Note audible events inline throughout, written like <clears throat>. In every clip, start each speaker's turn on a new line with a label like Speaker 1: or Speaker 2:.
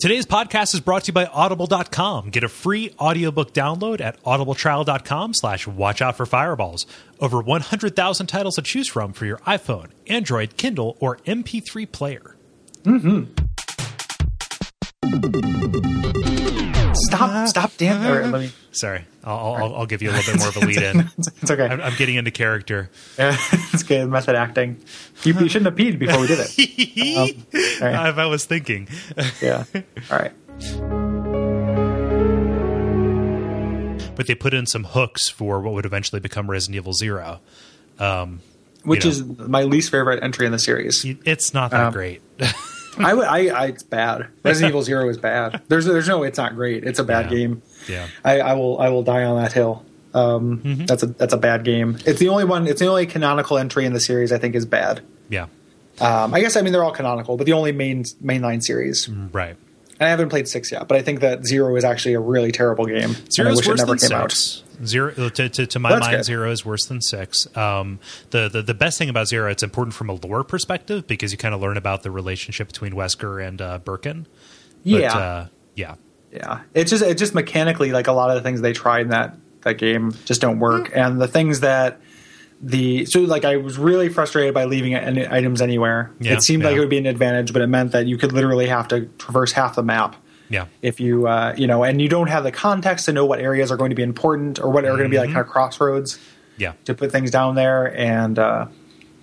Speaker 1: Today's podcast is brought to you by Audible.com. Get a free audiobook download at audibletrial.com slash watch out for fireballs. Over 100,000 titles to choose from for your iPhone, Android, Kindle, or MP3 player.
Speaker 2: Stop! Stop dancing. Or let me.
Speaker 1: Sorry, I'll, I'll, I'll- I'll give you a little bit more of a lead in.
Speaker 2: It's, it's okay.
Speaker 1: I'm, I'm getting into character.
Speaker 2: Yeah, <laughs> it's good method acting. You, you shouldn't have peed before we did it. <laughs>
Speaker 1: if
Speaker 2: all
Speaker 1: <laughs>
Speaker 2: right.
Speaker 1: I was thinking.
Speaker 2: Yeah. All right.
Speaker 1: But they put in some hooks for what would eventually become Resident Evil Zero.
Speaker 2: Which
Speaker 1: You
Speaker 2: is my least favorite entry in the series.
Speaker 1: It's not that
Speaker 2: Um,
Speaker 1: great. <laughs>
Speaker 2: I would. I, I. It's bad. Resident Evil Zero is bad. There's. There's no. way It's not great. It's a bad
Speaker 1: Yeah.
Speaker 2: game.
Speaker 1: yeah.
Speaker 2: I, I will. I will die on that hill. Um,
Speaker 1: Mm-hmm.
Speaker 2: That's a. That's a bad game. It's the only one. It's the only canonical entry in the series. I think is bad.
Speaker 1: Yeah.
Speaker 2: Um, I guess. I mean, they're all canonical, but the only main mainline series.
Speaker 1: Right.
Speaker 2: And I haven't played six yet, but I think that Zero is actually a really terrible game. and I
Speaker 1: Zero
Speaker 2: wish
Speaker 1: is worse
Speaker 2: it never
Speaker 1: than
Speaker 2: came out.
Speaker 1: six. Zero uh, to, to, to my
Speaker 2: Well, that's
Speaker 1: mind,
Speaker 2: good.
Speaker 1: zero is worse than six. Um, the, the the best thing about zero, it's important from a lore perspective because you kind of learn about the relationship between Wesker and uh, Birkin. But,
Speaker 2: Yeah.
Speaker 1: uh, yeah,
Speaker 2: yeah it's just it's just mechanically like a lot of the things they tried in that that game just don't work and the things that the so like i was really frustrated by leaving any items anywhere
Speaker 1: Yeah,
Speaker 2: it seemed like
Speaker 1: yeah.
Speaker 2: it would be an advantage but it meant that you could literally have to traverse half the map
Speaker 1: yeah,
Speaker 2: if you uh, you know and you don't have the context to know what areas are going to be important or what are going to be
Speaker 1: Mm-hmm.
Speaker 2: like kind of crossroads
Speaker 1: yeah,
Speaker 2: to put things down there and uh,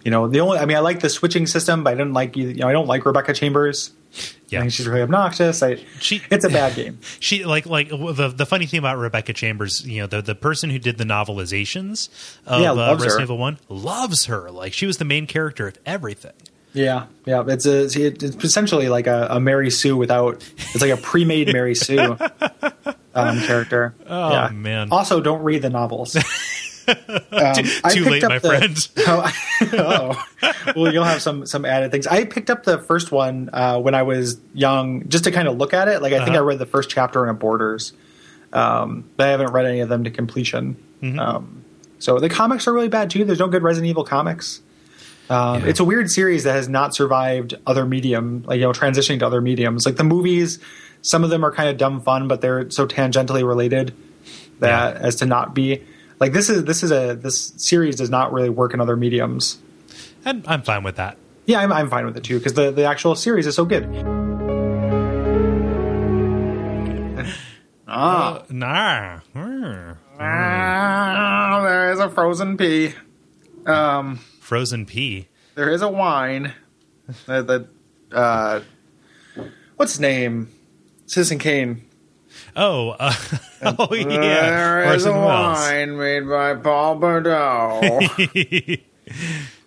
Speaker 2: you know the only i mean i like the switching system but i didn't like you know i don't like rebecca chambers i
Speaker 1: yeah.
Speaker 2: think she's really obnoxious i
Speaker 1: She-
Speaker 2: it's a bad game
Speaker 1: She like like the the funny thing about Rebecca Chambers, you know, the the person who did the novelizations of
Speaker 2: Yeah,
Speaker 1: uh,
Speaker 2: loves
Speaker 1: Resident
Speaker 2: her.
Speaker 1: Evil One loves her. Like she was the main character of everything.
Speaker 2: Yeah, yeah. It's a, it's it's essentially like a, a Mary Sue without. It's like a
Speaker 1: <laughs>
Speaker 2: pre-made Mary Sue um, character.
Speaker 1: Oh,
Speaker 2: yeah.
Speaker 1: man.
Speaker 2: Also, don't read
Speaker 1: <laughs>
Speaker 2: the novels. Um, I
Speaker 1: too
Speaker 2: picked
Speaker 1: late,
Speaker 2: up
Speaker 1: my
Speaker 2: the-
Speaker 1: friend.
Speaker 2: Oh, <laughs> oh. <laughs> well, you'll have some some added things. I picked up the first one uh, when I was young, just to kind of look at it. Like I think
Speaker 1: Uh-huh.
Speaker 2: I read the first chapter in a Borders, um, but I haven't read any of them to completion.
Speaker 1: Mm-hmm.
Speaker 2: Um, so the comics are really bad too. There's no good Resident Evil comics. Um,
Speaker 1: Yeah.
Speaker 2: It's a weird series that has not survived other medium, like you know, transitioning to other mediums. Like the movies, some of them are kind of dumb fun, but they're so tangentially related that as to not be like this is this is a this series does not really work in other mediums.
Speaker 1: <laughs> And I'm fine with that.
Speaker 2: Yeah, I'm, I'm fine with it too because the the actual series is so good. ah,
Speaker 1: Uh, Nah. Mm.
Speaker 2: ah, there is a frozen pea. Um.
Speaker 1: Frozen P.
Speaker 2: there is a wine that, that uh, what's his name Citizen Kane
Speaker 1: Oh, uh, <laughs> oh yeah.
Speaker 2: there is a
Speaker 1: Orson Welles.
Speaker 2: wine made by Paul
Speaker 1: <laughs>
Speaker 2: Bordeaux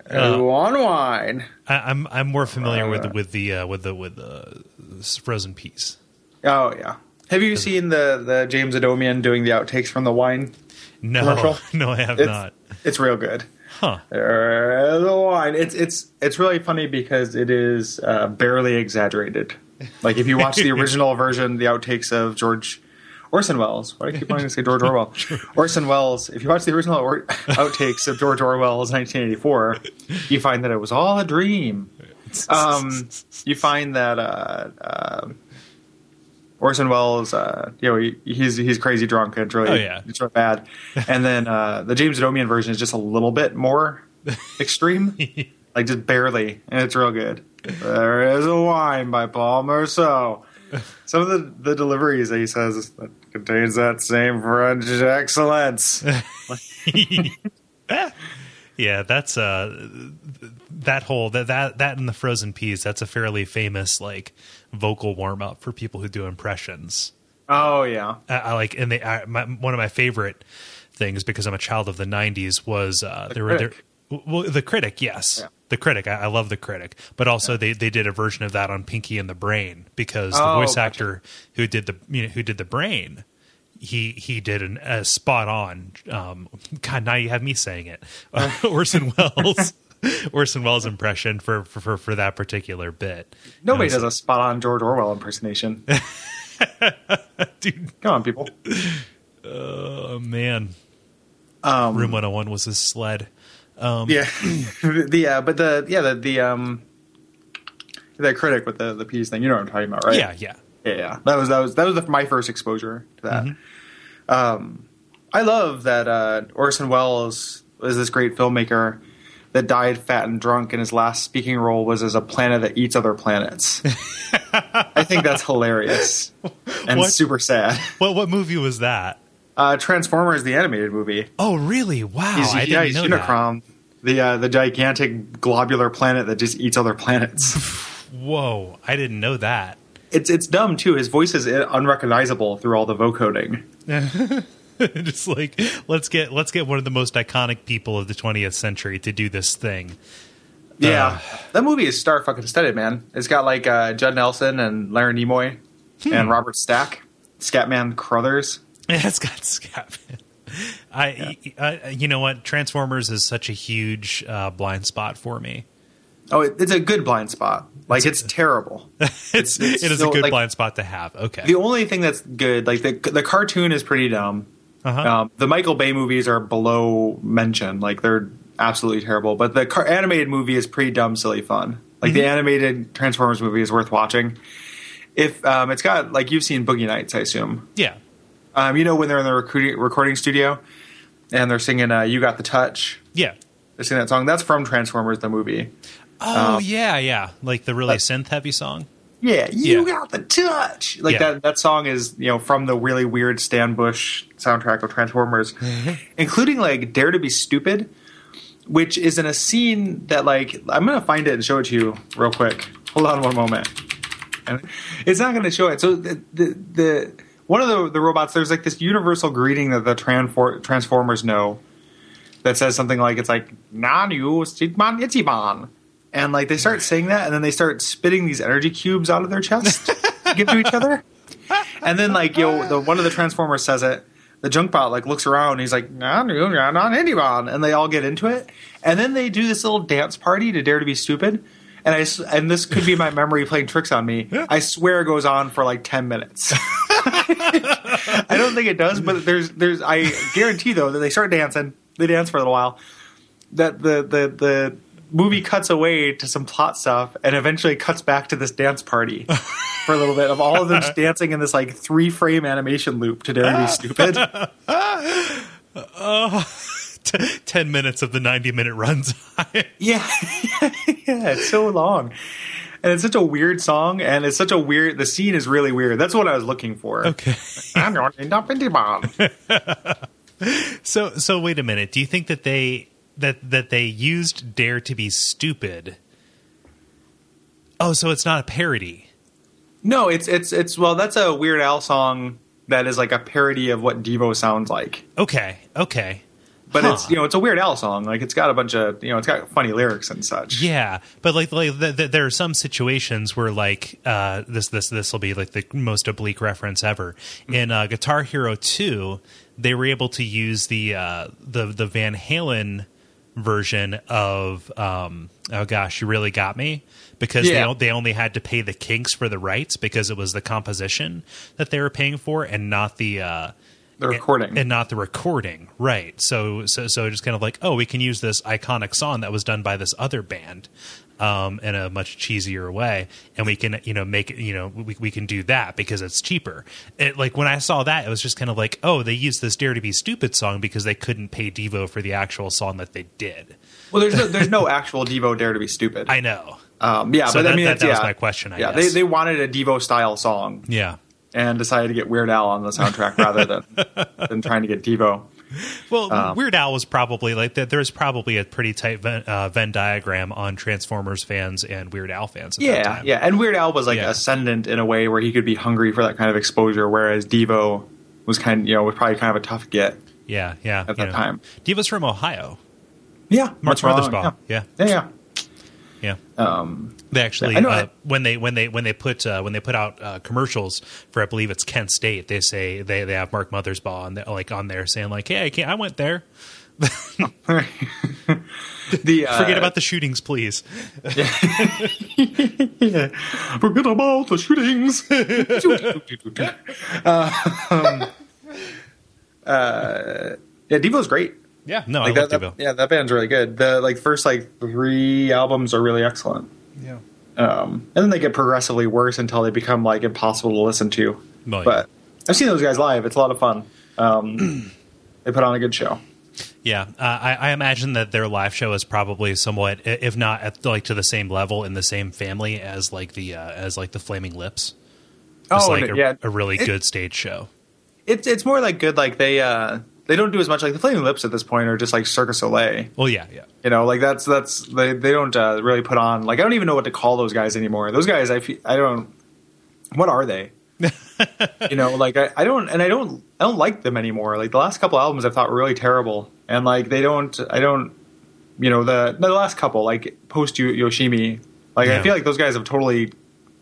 Speaker 2: There's
Speaker 1: <laughs>
Speaker 2: one wine
Speaker 1: I, I'm I'm more familiar with with the uh, with the with the uh, frozen peas.
Speaker 2: oh yeah have you seen the the James Adomian doing the outtakes from the wine
Speaker 1: No,
Speaker 2: Commercial?
Speaker 1: <laughs> no, I have
Speaker 2: it's
Speaker 1: not.
Speaker 2: it's real good
Speaker 1: Huh?
Speaker 2: there is a wine it's it's it's really funny because it is uh, barely exaggerated like if you watch the original version the outtakes of George Orson Welles. Why do I keep wanting to say George Orwell? Orson Welles. If you watch the original or- outtakes of George Orwell's 1984, you find that it was all a dream. Um, you find that uh, uh, Orson Welles, uh, you know, he, he's he's crazy drunk and it's really,
Speaker 1: Oh, yeah.
Speaker 2: it's really
Speaker 1: <laughs>
Speaker 2: bad. And then uh, the James Adomian version is just a little
Speaker 1: <laughs>
Speaker 2: bit more extreme, like just barely, and it's real good. There is a wine by Paul Merceau some of the, the deliveries that he says that contains that same French
Speaker 1: <laughs>
Speaker 2: excellence.
Speaker 1: <laughs> Yeah, that's uh that whole that that that and the frozen peas. That's a fairly famous like vocal warm up for people who do impressions.
Speaker 2: oh yeah,
Speaker 1: I, I like, and they I, my, one of my favorite things because I'm a child of the '90s was uh, there were there,
Speaker 2: Critic.
Speaker 1: well, the critic, yes,
Speaker 2: Yeah.
Speaker 1: the critic. I, I love the critic, but also they they did a version of that on Pinky and the Brain because the
Speaker 2: Oh,
Speaker 1: voice
Speaker 2: gotcha.
Speaker 1: actor who did the you know, who did the brain. He he did an a spot on. Um, God, now you have me saying it. <laughs> Orson Welles, <laughs> Orson Welles impression for for for, for that particular bit.
Speaker 2: nobody
Speaker 1: And I was
Speaker 2: does a spot on George Orwell impersonation.
Speaker 1: like, <laughs> Dude,
Speaker 2: Come on, people.
Speaker 1: oh man,
Speaker 2: Um,
Speaker 1: Room 101 was his sled.
Speaker 2: yeah, <laughs> the uh, but the yeah the the um the critic with the the peas thing. You know what I'm talking about, right?
Speaker 1: Yeah, yeah.
Speaker 2: yeah, yeah. That was that was that was the, my first exposure to that. Um, I love that uh, Orson Welles is this great filmmaker that died fat and drunk, and his last speaking role was as a planet that eats other planets. I think that's hilarious and
Speaker 1: What?
Speaker 2: super sad.
Speaker 1: Well, what movie was that?
Speaker 2: Uh, Transformers, the animated movie.
Speaker 1: Oh, really? Wow,
Speaker 2: He's,
Speaker 1: I
Speaker 2: yeah,
Speaker 1: didn't
Speaker 2: he's
Speaker 1: know
Speaker 2: Unicron, the uh, the gigantic globular planet that just eats
Speaker 1: <laughs>
Speaker 2: other planets.
Speaker 1: that. Whoa, I didn't know that. <laughs>
Speaker 2: it's it's dumb too. His voice is uh, unrecognizable through all the vocoding.
Speaker 1: Just like let's get let's get one of the most iconic people of the 20th century to do this thing. <laughs>
Speaker 2: Yeah, that movie is star fucking studded, man. It's got like uh, Judd Nelson and Larry Nimoy
Speaker 1: Hmm.
Speaker 2: and Robert Stack, Scatman Crothers.
Speaker 1: Yeah, it's got Scatman. <laughs> I, I- you know what? Transformers is such a huge uh, blind spot for me. <laughs>
Speaker 2: Oh, it, it's a good blind spot. Like it's terrible.
Speaker 1: <laughs> It's,
Speaker 2: It's-
Speaker 1: it is
Speaker 2: so,
Speaker 1: a good
Speaker 2: like-
Speaker 1: blind spot to have. Okay,
Speaker 2: The only thing that's good, like the the cartoon is pretty dumb.
Speaker 1: Uh-huh.
Speaker 2: Um, the Michael Bay movies are below mention, like they're absolutely terrible. But the car- animated movie is pretty dumb, silly fun. Like the animated Transformers movie is worth watching. If um, it's got like you've seen Boogie Nights, I assume.
Speaker 1: yeah,
Speaker 2: Um, you know when they're in the recruiting, recording studio and they're singing uh, "You Got the Touch."
Speaker 1: yeah.
Speaker 2: They sing that song. That's from Transformers the movie.
Speaker 1: Oh
Speaker 2: Um,
Speaker 1: yeah, yeah. Like the
Speaker 2: uh,
Speaker 1: really synth heavy song. <laughs>
Speaker 2: Yeah, you
Speaker 1: Yeah.
Speaker 2: got the touch. Like
Speaker 1: Yeah.
Speaker 2: that that song is, you know, from the really weird Stan Bush soundtrack of Transformers,
Speaker 1: Mm-hmm.
Speaker 2: including like Dare to be Stupid, which is in a scene that like I'm going to find it and show it to you real quick. Hold on one moment. And it's not going to show it. So the the, the one of the, the robots, there's like this universal greeting that the transfor- Transformers know that says something like, it's like, Nanu Sigman Ichiban. And like they start saying that, and then they start spitting these energy cubes out of their chest to give to each other. And then like, you know, the, one of the Transformers says it. The Junkbot like looks around. And he's like, Nanu Nanan Ichiban. And they all get into it. And then they do this little dance party to Dare to Be Stupid. And I s- and this could be my memory playing tricks on me. I swear it goes on for like ten minutes. I don't think it does, but there's there's I guarantee though that they start dancing. They dance for a little while. That the the the movie cuts away to some plot stuff and eventually cuts back to this dance party for a little bit of all of them just dancing in this like three frame animation loop to dare to be stupid.
Speaker 1: T- Ten minutes of the ninety minute <laughs> runtime.
Speaker 2: Yeah. <laughs> yeah, it's so long. And it's such a weird song and it's such a weird the scene is really weird. That's what I was looking for.
Speaker 1: okay.
Speaker 2: I'm going to end up in Devon.
Speaker 1: So so wait a minute. Do you think that they that that they used Dare to be stupid? Oh, so it's not a parody.
Speaker 2: No, it's it's it's well, that's a Weird Al song that is like a parody of what Devo sounds like.
Speaker 1: Okay. Okay.
Speaker 2: But
Speaker 1: Huh.
Speaker 2: it's you know it's a Weird Al song. Like it's got a bunch of you know it's got funny lyrics and such.
Speaker 1: Yeah, but like, like th- th- there are some situations where like uh, this this this will be like the most oblique reference ever. In uh, Guitar Hero Two, they were able to use the uh, the the Van Halen version of um, oh gosh, you really got me because they
Speaker 2: Yeah.
Speaker 1: o- they only had to pay the Kinks for the rights because it was the composition that they were paying for and not the. Uh,
Speaker 2: The recording.
Speaker 1: and not the recording right so so so just kind of like oh we can use this iconic song that was done by this other band um, in a much cheesier way and we can you know make it you know we, we can do that because it's cheaper it, like when i saw that it was just kind of like oh they used this dare to be stupid song because they couldn't pay devo for the actual song that they did
Speaker 2: well, there's no,
Speaker 1: <laughs>
Speaker 2: there's no actual Devo Dare to be stupid.
Speaker 1: i know
Speaker 2: um, yeah,
Speaker 1: so
Speaker 2: but I
Speaker 1: that-
Speaker 2: mean
Speaker 1: that-
Speaker 2: it's,
Speaker 1: that
Speaker 2: yeah.
Speaker 1: was my question, I
Speaker 2: yeah,
Speaker 1: guess.
Speaker 2: they they wanted a Devo style song
Speaker 1: yeah
Speaker 2: and decided to get Weird Al on the soundtrack rather
Speaker 1: <laughs>
Speaker 2: than than trying to get Devo.
Speaker 1: Well, Weird Al was probably like that. There was probably a pretty tight Venn, uh, Venn diagram on Transformers fans and Weird Al fans. At that
Speaker 2: Yeah,
Speaker 1: time.
Speaker 2: yeah, and Weird Al was like
Speaker 1: Yeah.
Speaker 2: ascendant in a way where he could be hungry for that kind of exposure, whereas Devo was kind you know was probably kind of a tough get.
Speaker 1: Yeah, yeah.
Speaker 2: At that time.
Speaker 1: Diva's from Ohio.
Speaker 2: Yeah,
Speaker 1: Mark
Speaker 2: what's wrong?
Speaker 1: Mothersbaugh. Yeah.
Speaker 2: yeah, yeah.
Speaker 1: <laughs> yeah, They actually
Speaker 2: I know
Speaker 1: uh,
Speaker 2: I-
Speaker 1: when they when they when they put uh, when they put out uh, commercials for I believe it's Kent State. They say they they have Mark Mothersbaugh on the, like on there saying like, "Hey, I can't, I went there.
Speaker 2: The uh,
Speaker 1: Forget
Speaker 2: <laughs>
Speaker 1: about the shootings, please."
Speaker 2: forget about
Speaker 1: <laughs>
Speaker 2: the shootings. uh, um, uh, yeah, Devo's great.
Speaker 1: Yeah, no, I
Speaker 2: Like that,
Speaker 1: love
Speaker 2: that-
Speaker 1: Devo.
Speaker 2: yeah, that band's really good. The like first like three albums are really excellent.
Speaker 1: <laughs> Yeah.
Speaker 2: Um, and then they get progressively worse until they become like impossible to listen to.
Speaker 1: Well, Oh, yeah.
Speaker 2: But I've seen those guys live; it's a lot of fun. Um, <clears throat> they put on a good show.
Speaker 1: Yeah, uh, I, I imagine that their live show is probably somewhat, i- if not at, like to the same level in the same family as like the uh, as like the Flaming Lips. Just
Speaker 2: Oh,
Speaker 1: like
Speaker 2: and
Speaker 1: a,
Speaker 2: it- yeah.
Speaker 1: a really
Speaker 2: It-
Speaker 1: good stage show.
Speaker 2: It's it's more like good. Like they uh, they don't do as much. Like the Flaming Lips at this point are just like Circus Soleil.
Speaker 1: Well, yeah, yeah,
Speaker 2: You know, like that's that's they they don't uh, really put on. Like I don't even know what to call those guys anymore. Those guys, I fe- I don't. What
Speaker 1: <laughs>
Speaker 2: are they? you know, like I, I don't and I don't I don't like them anymore. Like the last couple albums I thought were really terrible, and like they don't I don't you know the the last couple like post Yoshimi like
Speaker 1: Yeah.
Speaker 2: I feel like those guys have totally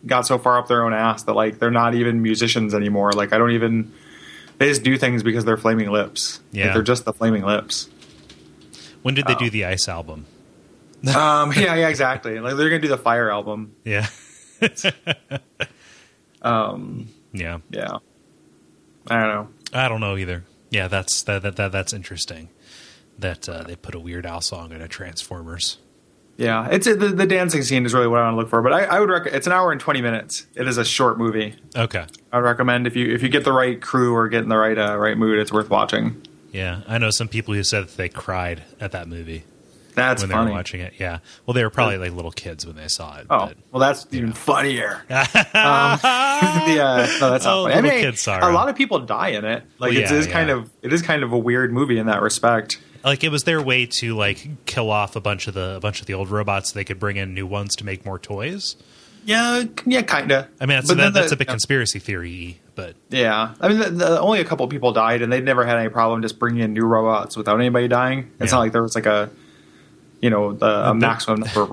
Speaker 2: got so far up their own ass that like they're not even musicians anymore. Like I don't even they just do things because they're flaming lips. Like,
Speaker 1: Yeah.
Speaker 2: they're just the flaming lips.
Speaker 1: When did they
Speaker 2: Oh.
Speaker 1: do the Ice album?
Speaker 2: Um, <laughs> yeah, yeah, exactly. Like they're gonna do the Fire album.
Speaker 1: Yeah,
Speaker 2: <laughs> Um,
Speaker 1: yeah.
Speaker 2: yeah, I don't know.
Speaker 1: I don't know either. Yeah, that's that, that, that that's interesting. That uh, they put a Weird Al song in a Transformers.
Speaker 2: Yeah, it's the, the dancing scene is really what I want to look for. But I, I would recommend it's an hour and twenty minutes. It is a short movie.
Speaker 1: Okay.
Speaker 2: I would recommend if you if you get the right crew or get in the right uh, right mood, it's worth watching.
Speaker 1: Yeah, I know some people who said that they cried at that movie
Speaker 2: That's
Speaker 1: when they
Speaker 2: funny.
Speaker 1: were watching it. Yeah. Well, they were probably like little kids when they saw it.
Speaker 2: Oh
Speaker 1: but-
Speaker 2: well, that's even
Speaker 1: <laughs>
Speaker 2: funnier. um, <laughs> the, uh, no, that's not
Speaker 1: Oh,
Speaker 2: funny. I
Speaker 1: little
Speaker 2: mean,
Speaker 1: kid sorrow.
Speaker 2: a lot of people die in it. Like
Speaker 1: Well,
Speaker 2: it
Speaker 1: yeah,
Speaker 2: is kind
Speaker 1: yeah.
Speaker 2: of it is kind of a weird movie in that respect.
Speaker 1: like it was their way to like kill off a bunch of the a bunch of the old robots so they could bring in new ones to make more toys.
Speaker 2: Yeah, yeah, kinda.
Speaker 1: I mean, that's,
Speaker 2: But
Speaker 1: that,
Speaker 2: then
Speaker 1: that's
Speaker 2: the-
Speaker 1: a bit conspiracy theory, but
Speaker 2: Yeah, I mean, the, the, only a couple people died, and they'd never had any problem just bringing in new robots without anybody dying. It's
Speaker 1: Yeah.
Speaker 2: not like there was like a, you know, the, a maximum number of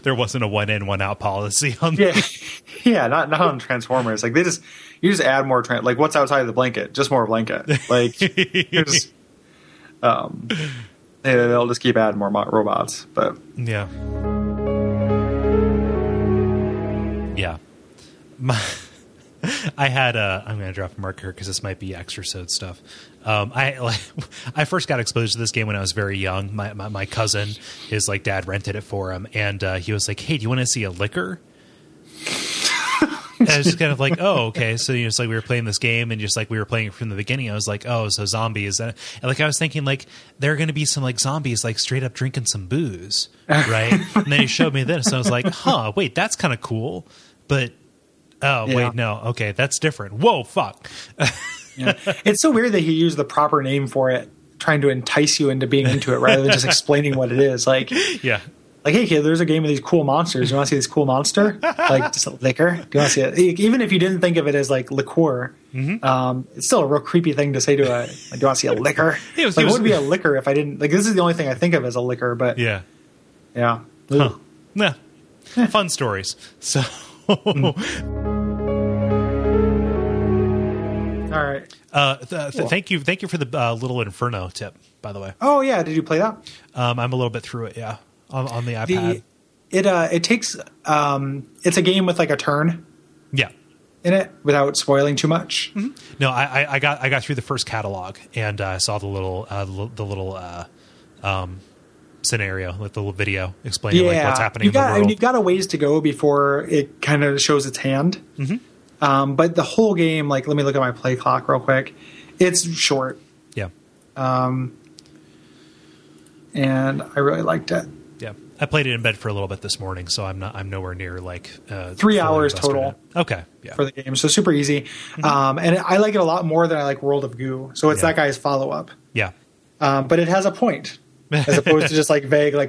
Speaker 1: <laughs> there wasn't a one in one out policy on.
Speaker 2: Yeah, <laughs> yeah, not not on Transformers. Like they just you just add more tran like what's outside of the blanket, just more blanket.
Speaker 1: <laughs>
Speaker 2: Like there's, um, they, they'll just keep adding more mo- robots. But
Speaker 1: Yeah. Yeah. My, <laughs> I had a. I'm going to drop a mark here because this might be extrasode stuff. Um, I <laughs> like, I first got exposed to this game when I was very young. My my, my cousin, his like dad rented it for him, and uh, he was like, "Hey, do you want to see a liquor?" And I was just kind of like, oh, okay. So you know, it's like we were playing this game, and just like we were playing it from the beginning. I was like, oh, so zombies, and, and like I was thinking, like there are going to be some like zombies, like straight up drinking some booze, right? and then he showed me this, and I was like, huh, wait, that's kind of cool, but oh,
Speaker 2: Yeah.
Speaker 1: wait, no, okay, that's different. Whoa, fuck,
Speaker 2: yeah. it's so weird that he used the proper name for it, trying to entice you into being into it rather than just explaining what it is. Like.
Speaker 1: yeah,
Speaker 2: like, hey kid, there's a game with these cool monsters. You want to see this cool monster? Like just a liquor? Do you want to see it? E- Even if you didn't think of it as like liqueur,
Speaker 1: Mm-hmm.
Speaker 2: um, it's still a real creepy thing to say to a. Like, do you want to see a liquor?
Speaker 1: <laughs> He was-
Speaker 2: like,
Speaker 1: he was-
Speaker 2: what would be a liquor if I didn't? Like this is the only thing I think of as a liquor. But yeah,
Speaker 1: yeah,
Speaker 2: Ooh.
Speaker 1: huh, yeah, fun stories. <laughs> So
Speaker 2: all right.
Speaker 1: uh, th- th- thank you, thank you for the uh, little inferno tip, by the way.
Speaker 2: Oh yeah, did you play that?
Speaker 1: Um, I'm a little bit through it, yeah, on, on the iPad.
Speaker 2: The it uh it takes um it's a game with like a turn
Speaker 1: Yeah.
Speaker 2: in it without spoiling too much.
Speaker 1: No, I, I, I got I got through the first catalog and uh, I saw the little uh, l- the little uh, um, scenario, like the little video explaining like what's happening
Speaker 2: You
Speaker 1: in the
Speaker 2: got, I
Speaker 1: world.
Speaker 2: mean, you've got a ways to go before it kind of shows its hand.
Speaker 1: Mm-hmm.
Speaker 2: Um, but the whole game, like, let me look at my play clock real quick. It's short,
Speaker 1: yeah,
Speaker 2: and I really liked it.
Speaker 1: yeah. I played it in bed for a little bit this morning, so I'm not I'm nowhere near like uh,
Speaker 2: Three
Speaker 1: fully
Speaker 2: hours
Speaker 1: invested in
Speaker 2: total.
Speaker 1: it. Okay, yeah,
Speaker 2: for the game, so super easy. Um, and I like it a lot more than I like World of Goo. So it's
Speaker 1: Mm-hmm. Yeah.
Speaker 2: that guy's follow up,
Speaker 1: yeah,
Speaker 2: <laughs>
Speaker 1: <laughs>
Speaker 2: um, but it has a point as opposed to just like vague, like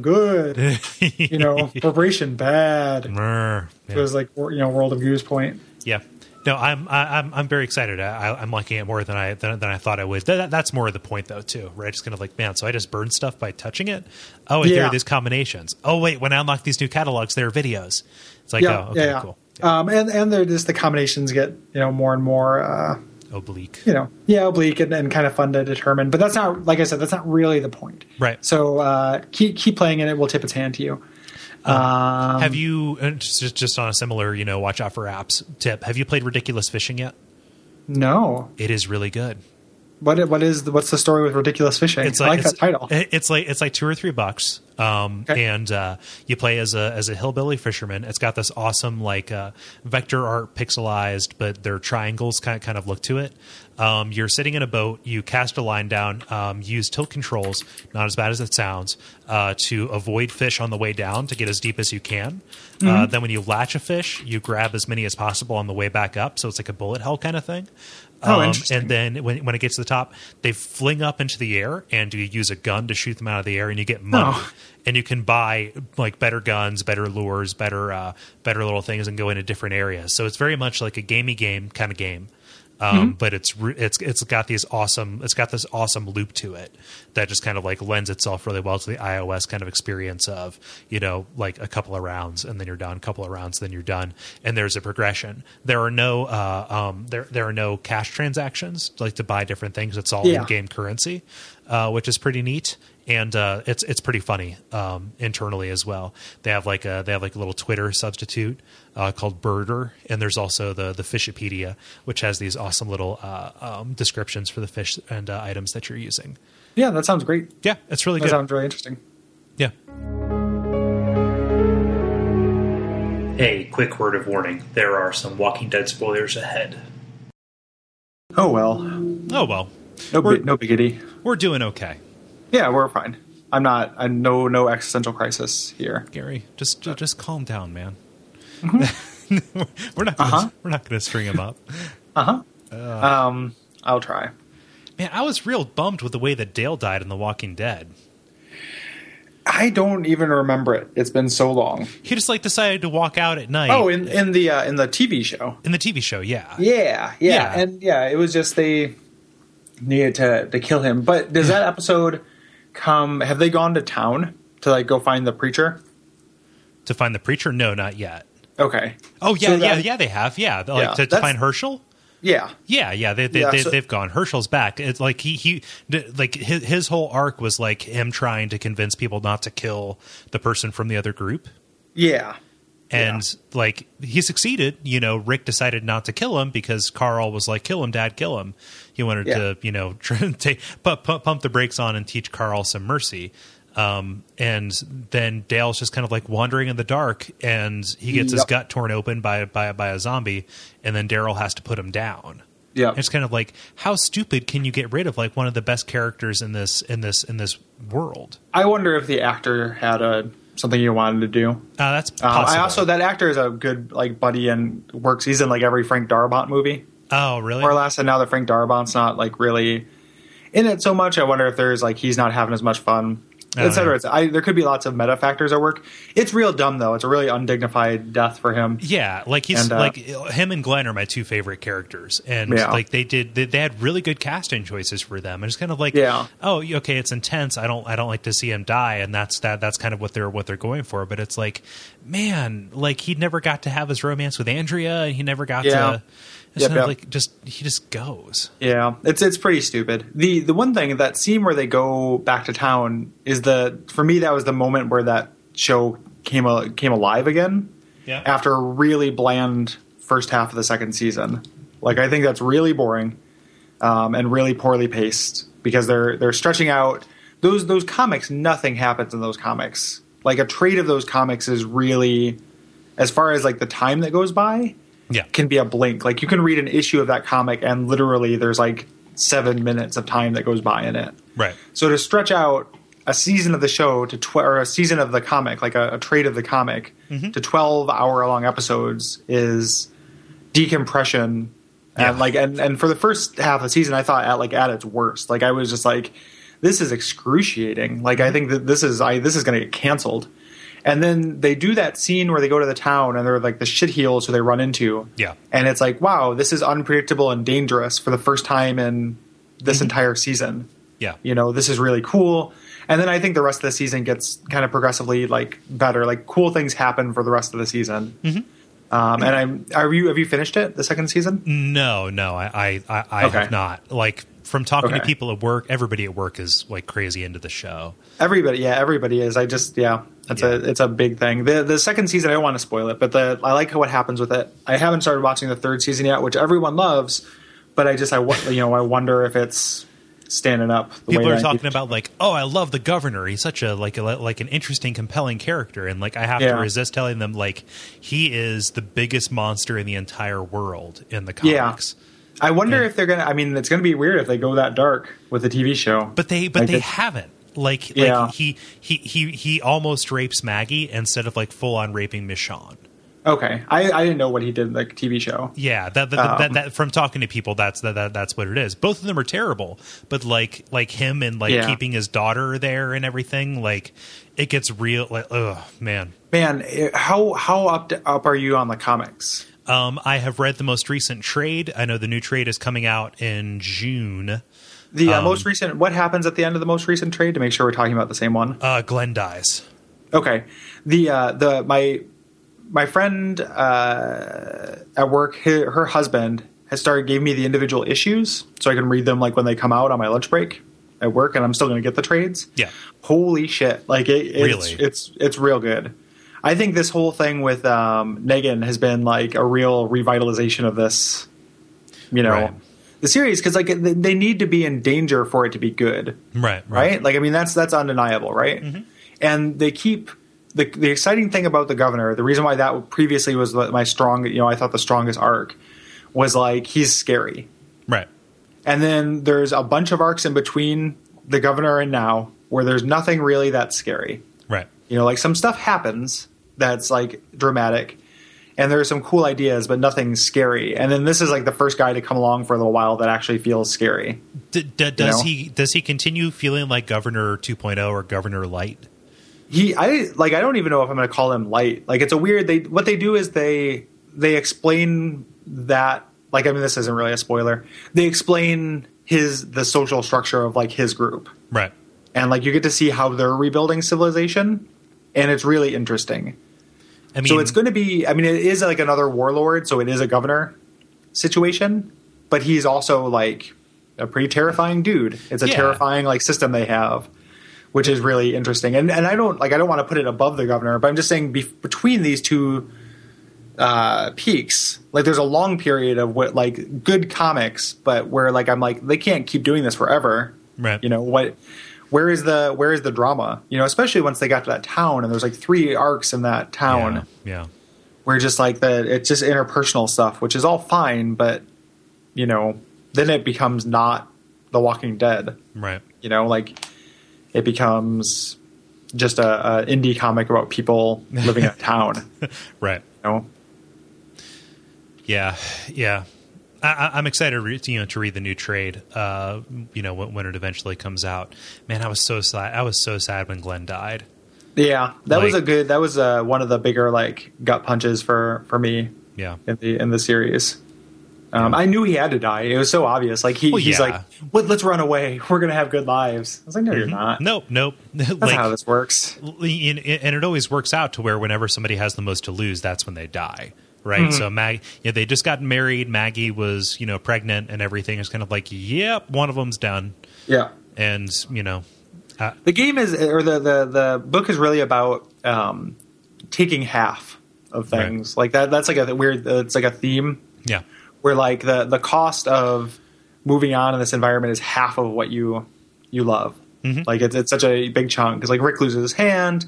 Speaker 1: <laughs>
Speaker 2: good, you know, corporation bad.
Speaker 1: Brr,
Speaker 2: It
Speaker 1: yeah.
Speaker 2: was like you know World of Goo's point.
Speaker 1: yeah. No, I'm I, I'm I'm very excited. I, I- I'm liking it more than I than, than I thought I would. Th- that- that's more of the point though too, right? Just kind of like man, so I just burn stuff by touching it. Oh, wait, there
Speaker 2: Yeah.
Speaker 1: are these combinations. Oh wait, when I unlock these new catalogs, there are videos. It's like oh, okay, cool.
Speaker 2: Um, and and they're just the combinations get you know more and more uh,
Speaker 1: oblique.
Speaker 2: you know yeah oblique and, and kind of fun to determine. But that's not like I said that's not really the point.
Speaker 1: Right.
Speaker 2: So uh, keep keep playing and it will tip its hand to you. Um,
Speaker 1: have you and just just- just on a similar you know watch out for apps tip? Have you played Ridiculous Fishing yet?
Speaker 2: No,
Speaker 1: It is really good.
Speaker 2: What what is the, what's the story with ridiculous fishing?
Speaker 1: It's
Speaker 2: I like
Speaker 1: it's,
Speaker 2: that title.
Speaker 1: it- It's like it's like two or three bucks, um,
Speaker 2: Okay.
Speaker 1: and uh, you play as a as a hillbilly fisherman. It's got this awesome like uh, vector art, pixelized, but their triangles kind of, kind of look to it. Um, you're sitting in a boat. You cast a line down. Um, use tilt controls, not as bad as it sounds, uh, to avoid fish on the way down to get as deep as you can.
Speaker 2: Mm-hmm.
Speaker 1: Uh, then when you latch a fish, you grab as many as possible on the way back up. So it's like a bullet hell kind of thing.
Speaker 2: Oh,
Speaker 1: Um,
Speaker 2: interesting.
Speaker 1: And then when, when it gets to the top, they fling up into the air, and you use a gun to shoot them out of the air, and you get money.
Speaker 2: Oh.
Speaker 1: <laughs> And you can buy like better guns, better lures, better uh, better little things, and go into different areas. So it's very much like a gamey game kind of game, um, but it's re- it's it's got these awesome it's got this awesome loop to it that just kind of like lends itself really well to the iOS kind of experience of you know like a couple of rounds and then you're done, couple of rounds then you're done, and there's a progression. There are no uh, um, there there are no cash transactions like to buy different things. It's all
Speaker 2: Yeah.
Speaker 1: in game currency, uh, which is pretty neat. And uh, it's it's pretty funny um, internally as well. They have like a they have like a little Twitter substitute uh, called Birder, and there's also the the Fishipedia, which has these awesome little uh, um, descriptions for the fish and uh, items that you're using.
Speaker 2: yeah, that sounds great.
Speaker 1: Yeah, it's really
Speaker 2: That
Speaker 1: good.
Speaker 2: sounds really interesting.
Speaker 1: yeah,
Speaker 3: Hey, quick word of warning there are some Walking Dead spoilers ahead.
Speaker 2: Oh well,
Speaker 1: Oh well,
Speaker 2: no
Speaker 1: We're-
Speaker 2: big, no biggity.
Speaker 1: we're doing okay,
Speaker 2: Yeah, we're fine. I'm not. I no no existential crisis here.
Speaker 1: Gary. Just
Speaker 2: Uh,
Speaker 1: ju- just calm down, man. <laughs> we're not gonna,
Speaker 2: Mm-hmm. Uh-huh.
Speaker 1: we're not going to string him up.
Speaker 2: Uh-huh. Um, I'll try.
Speaker 1: Man, I was real bummed with the way that Dale died in The Walking Dead.
Speaker 2: I don't even remember it. It's been so long.
Speaker 1: He just like decided to walk out at night.
Speaker 2: Oh, in in the uh, in the TV show.
Speaker 1: in the TV show, yeah.
Speaker 2: Yeah, yeah,
Speaker 1: Yeah.
Speaker 2: and yeah, it was just they needed to to kill him. But does that episode come? Have they gone to town to like go find the preacher?
Speaker 1: To find the preacher, no, not yet.
Speaker 2: Okay,
Speaker 1: Oh yeah,
Speaker 2: So
Speaker 1: yeah,
Speaker 2: that-
Speaker 1: yeah. They have, yeah. Like
Speaker 2: Yeah,
Speaker 1: to, to
Speaker 2: that's-
Speaker 1: find Herschel.
Speaker 2: yeah,
Speaker 1: Yeah, yeah, they, they,
Speaker 2: Yeah,
Speaker 1: they,
Speaker 2: so-
Speaker 1: they've gone. Herschel's back. It's like he he d- like his, his whole arc was like him trying to convince people not to kill the person from the other group,
Speaker 2: yeah,
Speaker 1: and like he succeeded. You know, Rick decided not to kill him because Carl was like, "Kill him, Dad, kill him." He wanted
Speaker 2: Yeah.
Speaker 1: to you know <laughs> try and take, pump, pump, pump the brakes on and teach Carl some mercy. Um, and then Dale's just kind of like wandering in the dark, and he gets his
Speaker 2: Yep.
Speaker 1: gut torn open by by by a zombie, and then Daryl has to put him down.
Speaker 2: yeah.
Speaker 1: It's kind of like how stupid can you get rid of like one of the best characters in this in this in this world?
Speaker 2: I wonder if the actor had a something he wanted to do.
Speaker 1: Uh, that's
Speaker 2: Um,
Speaker 1: possible.
Speaker 2: I also that actor is a good like buddy and works. He's in like every Frank Darabont movie
Speaker 1: oh really?
Speaker 2: more or less. And now that Frank Darabont's not like really in it so much, I wonder if there's like he's not having as much fun,
Speaker 1: Oh, yeah.
Speaker 2: etc. I There could be lots of meta factors at work. It's real dumb though. It's a really undignified death for him.
Speaker 1: Yeah, like he's
Speaker 2: And, uh,
Speaker 1: like him and Glenn are my two favorite characters, and
Speaker 2: Yeah.
Speaker 1: like they did they, they had really good casting choices for them. And it's kind of like,
Speaker 2: Yeah.
Speaker 1: oh, okay, it's intense. I don't I don't like to see him die, and that's that that's kind of what they're what they're going for. But it's like, man, like he never got to have his romance with Andrea, and he never got
Speaker 2: Yeah.
Speaker 1: to. It's
Speaker 2: Yep,
Speaker 1: kind of
Speaker 2: yep.
Speaker 1: like just he just goes.
Speaker 2: Yeah, it's it's pretty stupid. The the one thing that scene where they go back to town is the for me that was the moment where that show came a, came alive again.
Speaker 1: Yeah.
Speaker 2: After a really bland first half of the second season, like I think that's really boring, um, and really poorly paced because they're they're stretching out those those comics. Nothing happens in those comics. Like a trait of those comics is really, as far as like the time that goes by,
Speaker 1: Yeah,
Speaker 2: can be a blink. Like you can read an issue of that comic and literally there's like seven minutes of time that goes by in it.
Speaker 1: right.
Speaker 2: So to stretch out a season of the show to tw- or a season of the comic, like a, a trade of the comic,
Speaker 1: Mm-hmm.
Speaker 2: to twelve hour long episodes is decompression. And
Speaker 1: Yeah.
Speaker 2: like and, and for the first half of the season, I thought at like at its worst. Like I was just like, this is excruciating. Like
Speaker 1: Mm-hmm.
Speaker 2: I think that this is I this is going to get canceled. And then they do that scene where they go to the town and they're like the shit heels who they run into.
Speaker 1: Yeah.
Speaker 2: And it's like, wow, this is unpredictable and dangerous for the first time in this
Speaker 1: Mm-hmm.
Speaker 2: entire season
Speaker 1: Yeah.
Speaker 2: you know this is really cool and then i think the rest of the season gets kind of progressively like better like cool things happen for the rest of the season
Speaker 1: Mm-hmm.
Speaker 2: um, and i'm are you have you finished it the second season
Speaker 1: Mm. No, no, I, I, I, I
Speaker 2: Okay.
Speaker 1: have not. Like from talking to
Speaker 2: Okay.
Speaker 1: people at work, everybody at work is like crazy into the show.
Speaker 2: everybody yeah everybody is i just yeah it's
Speaker 1: Yeah.
Speaker 2: a it's a big thing the the second season i don't want to spoil it but the i like what happens with it i haven't started watching the third season yet which everyone loves but i just i wo- you know i wonder if it's standing up. The
Speaker 1: people
Speaker 2: way
Speaker 1: are
Speaker 2: that
Speaker 1: talking
Speaker 2: he-
Speaker 1: about like oh i love the governor he's such a like a, like an interesting compelling character and like i have to
Speaker 2: Yeah.
Speaker 1: resist telling them like he is the biggest monster in the entire world in the
Speaker 2: Yeah.
Speaker 1: comics
Speaker 2: I wonder if they're gonna. I mean, it's gonna be weird if they go that dark with the TV show.
Speaker 1: but they but
Speaker 2: Like
Speaker 1: they
Speaker 2: that-
Speaker 1: haven't like like
Speaker 2: Yeah.
Speaker 1: he he he he almost rapes maggie instead of like full on raping michonne
Speaker 2: okay, I, I didn't know what he did in the TV show.
Speaker 1: yeah that that,
Speaker 2: Um,
Speaker 1: that that from talking to people that's that, that that's what it is both of them are terrible but like like him and like
Speaker 2: Yeah.
Speaker 1: keeping his daughter there and everything like it gets real like oh man
Speaker 2: Man, eh, how how up to, up are you on the comics?
Speaker 1: Um, I have read the most recent trade. I know the new trade is coming out in June.
Speaker 2: The uh,
Speaker 1: Um,
Speaker 2: most recent. What happens at the end of the most recent trade to make sure we're talking about the same one?
Speaker 1: Uh, Glenn dies.
Speaker 2: Okay. The uh, the my my friend uh, at work, her, her husband has started gave me the individual issues so I can read them like when they come out on my lunch break at work, and I'm still going to get the trades.
Speaker 1: Yeah.
Speaker 2: Holy shit! Like it, it's,
Speaker 1: Really?
Speaker 2: it's it's real good. I think this whole thing with um, Negan has been like a real revitalization of this, you know,
Speaker 1: Right.
Speaker 2: the series because like they- they need to be in danger for it to be good
Speaker 1: Right.
Speaker 2: right? Like, I mean, that's that's undeniable, right? And they keep the the exciting thing about the governor. The reason why that previously was the- my strong, you know, I thought the strongest arc was like he's scary,
Speaker 1: Right.
Speaker 2: and then there's a bunch of arcs in between the governor and now where there's nothing really that scary.
Speaker 1: Right.
Speaker 2: You know, like some stuff happens that's like dramatic. And there are some cool ideas, but nothing scary. And then this is like the first guy to come along for a little while that actually feels scary.
Speaker 1: D- d- does
Speaker 2: know?
Speaker 1: he does he continue feeling like Governor 2.0 or Governor Light?
Speaker 2: he i like i don't even know if i'm going to call him light like it's a weird they what they do is they they explain that like i mean this isn't really a spoiler they explain his the social structure of like his group
Speaker 1: Right.
Speaker 2: and like you get to see how they're rebuilding civilization and it's really interesting
Speaker 1: I mean,
Speaker 2: so it's going to be i mean it is like another warlord so it is a governor situation but he's also like a pretty terrifying dude it's a
Speaker 1: Yeah.
Speaker 2: terrifying like system they have which is really interesting and and i don't like i don't want to put it above the governor but i'm just saying bef between these two uh peaks like there's a long period of what like good comics but where like i'm like they can't keep doing this forever
Speaker 1: Right.
Speaker 2: you know what where is the where is the drama you know especially once they got to that town and there's like three arcs in that town
Speaker 1: yeah, yeah.
Speaker 2: where just like the it's just interpersonal stuff, which is all fine, but you know, then it becomes not The Walking Dead.
Speaker 1: Right.
Speaker 2: You know, like it becomes just a, a indie comic
Speaker 1: <laughs>
Speaker 2: about people living in a town. You
Speaker 1: Right.
Speaker 2: know,
Speaker 1: Yeah, yeah. I, I- I'm excited, re- you know, to read the new trade. Uh, you know, when, when it eventually comes out. Man, I was so sad. I was so sad when Glenn died.
Speaker 2: yeah, that was a
Speaker 1: Like-
Speaker 2: good. That was uh one of the bigger like gut punches for for me
Speaker 1: Yeah,
Speaker 2: in the in the series. Um, I knew he had to die. It was so obvious. Like he,
Speaker 1: Well,
Speaker 2: he's
Speaker 1: yeah.
Speaker 2: like, Let, "Let's run away. <laughs> We're gonna have good lives." I was like, "No,
Speaker 1: Mm-hmm.
Speaker 2: you're not.
Speaker 1: Hmm? nope, nope. <laughs>
Speaker 2: That's not how this works."
Speaker 1: and, and it always works out to where whenever somebody has the most to lose, that's when they die. Right.
Speaker 2: Mm-hmm.
Speaker 1: So Mag, yeah, they just got married. Maggie was, you know, pregnant and everything. It's kind of like, yep, one of them's done.
Speaker 2: Yeah.
Speaker 1: And, you know, uh,
Speaker 2: the game is or the the, the book is really about um, taking half of
Speaker 1: Right.
Speaker 2: things like that that's like a weird uh, it's like a theme
Speaker 1: yeah,
Speaker 2: where like the the cost of moving on in this environment is half of what you you love like it's, it's such a big chunk because like rick loses his hand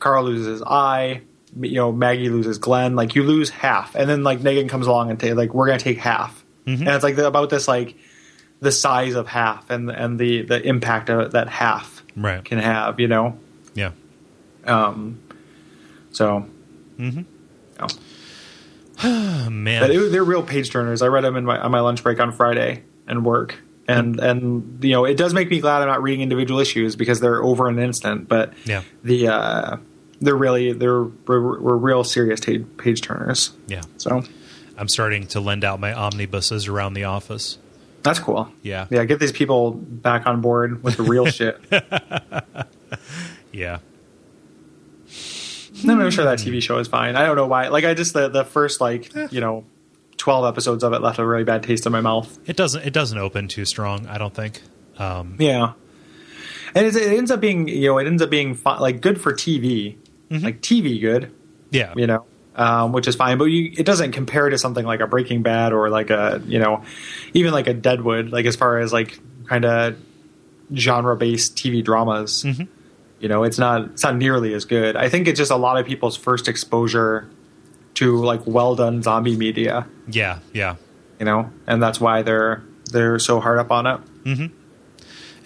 Speaker 2: carl loses his eye you know maggie loses glenn like you lose half and then like negan comes along and ta- like we're gonna take half and it's like the, about this like the size of half and and the the impact of that half
Speaker 1: Right.
Speaker 2: can have you know
Speaker 1: yeah.
Speaker 2: um so yeah.
Speaker 1: Oh, man.
Speaker 2: But it, they're real page turners. I read them in my, on my lunch break on Friday and work, and
Speaker 1: Mm-hmm.
Speaker 2: and you know it does make me glad I'm not reading individual issues because they're over in an instant. But
Speaker 1: Yeah.
Speaker 2: the uh, they're really they're we're, we're real serious ta- page turners.
Speaker 1: yeah.
Speaker 2: So
Speaker 1: I'm starting to lend out my omnibuses around the office.
Speaker 2: that's cool.
Speaker 1: Yeah.
Speaker 2: yeah. Get these people back on board with
Speaker 1: <laughs>
Speaker 2: the real shit.
Speaker 1: Yeah.
Speaker 2: I'm not sure that TV show is fine. I don't know why. Like I just the the first like
Speaker 1: Eh.
Speaker 2: you know twelve episodes of it left a really bad taste in my mouth.
Speaker 1: It doesn't, it doesn't open too strong. I don't think. Um,
Speaker 2: Yeah, and it's, it ends up being you know it ends up being fi- like good for TV, like TV good,
Speaker 1: yeah.
Speaker 2: you know, um, which is fine. But you, it doesn't compare to something like a Breaking Bad or like a you know, even like a Deadwood, like as far as like kind of genre-based TV dramas. You know, it's not it's not nearly as good. I think it's just a lot of people's first exposure to like well done zombie media.
Speaker 1: Yeah, yeah.
Speaker 2: You know, and that's why they're they're so hard up on it.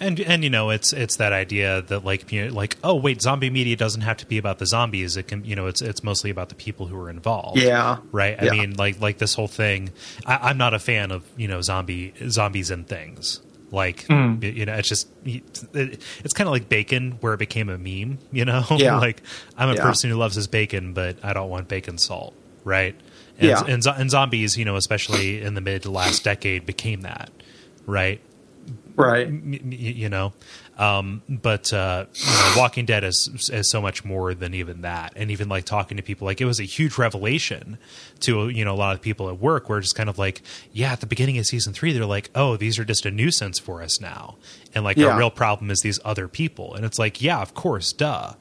Speaker 1: and and you know it's it's that idea that like you know, like oh wait zombie media doesn't have to be about the zombies it can you know it's it's mostly about the people who are involved
Speaker 2: Yeah.
Speaker 1: right i
Speaker 2: Yeah.
Speaker 1: mean like like this whole thing I, i'm not a fan of you know zombie zombies and things like
Speaker 2: Hmm.
Speaker 1: y- you know it's just it's, it, it's kind of like bacon where it became a meme <laughs> you know
Speaker 2: Yeah.
Speaker 1: like i'm a
Speaker 2: Yeah.
Speaker 1: person who loves his bacon but i don't want bacon salt right and,
Speaker 2: Yeah.
Speaker 1: and, zo- and zombies you know especially in the mid to last decade became that right
Speaker 2: Right.
Speaker 1: y- y- you know um but uh you know, walking dead is is so much more than even that and even like talking to people like it was a huge revelation to you know a lot of people at work where just kind of like yeah at the beginning of season three they're like oh these are just a nuisance for us now and like
Speaker 2: Yeah.
Speaker 1: our real problem is these other people and it's like yeah of course duh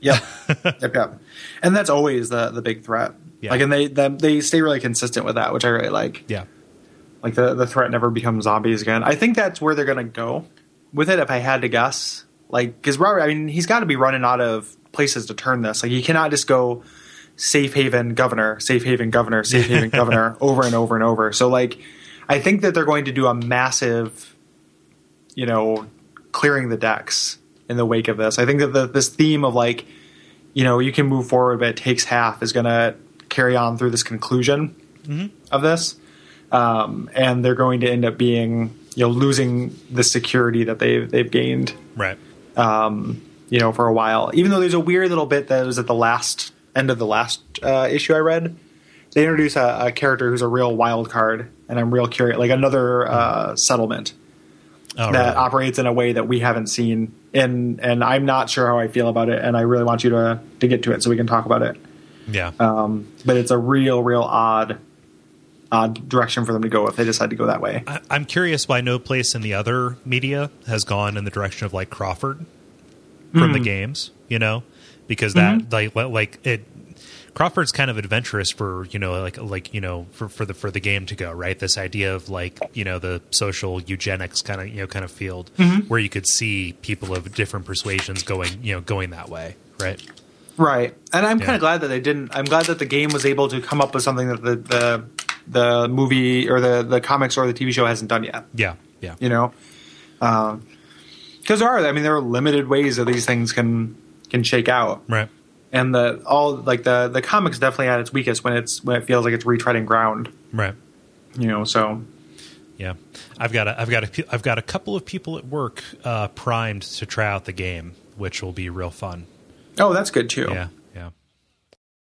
Speaker 2: Yep. yep. Yep. And that's always the the big threat.
Speaker 1: Yeah.
Speaker 2: Like, and they, they they stay really consistent with that, which I really like.
Speaker 1: yeah
Speaker 2: Like the the threat never becomes zombies again. I think that's where they're gonna go with it. If I had to guess, like, because Robert, I mean, he's got to be running out of places to turn this. Like, you cannot just go safe haven governor, safe haven governor, safe haven governor over and over and over. So, like, I think that they're going to do a massive, you know, clearing the decks in the wake of this. I think that the, this theme of like, you know, you can move forward, but it takes half is going to carry on through this conclusion of this um, and they're going to end up being you know losing the security that they they've gained
Speaker 1: right
Speaker 2: you know for a while. Even though there's a weird little bit that was at the last end of the last uh, issue I read, they introduce a, a character who's a real wild card, and I'm real curious, like another uh, settlement
Speaker 1: oh,
Speaker 2: that
Speaker 1: really?
Speaker 2: operates in a way that we haven't seen, and and I'm not sure how I feel about it, and I really want you to to get to it so we can talk about it.
Speaker 1: yeah
Speaker 2: Um, but it's a real, real odd. Odd direction for them to go if they decide to go that way.
Speaker 1: I, i'm curious why no place in the other media has gone in the direction of like crawford from the games, you know, because that like li- like it. Crawford's kind of adventurous for you know like like you know for for the for the game to go right. This idea of like you know the social eugenics kind of you know kind of field where you could see people of different persuasions going you know going that way, right?
Speaker 2: Right, and I'm kind
Speaker 1: Yeah.
Speaker 2: of glad that they didn't. I'm glad that the game was able to come up with something that the the, the movie or the the comics or the TV show hasn't done yet.
Speaker 1: Yeah, yeah,
Speaker 2: You know, because there are. I mean, there are limited ways that these things can can shake out,
Speaker 1: right,
Speaker 2: and the all like the the comics definitely at its weakest when it's when it feels like it's retreading ground.
Speaker 1: right.
Speaker 2: You know, so
Speaker 1: Yeah, I've got a, I've got a, pe- I've got a couple of people at work uh, primed to try out the game, which will be real fun.
Speaker 2: oh, that's good too.
Speaker 1: Yeah,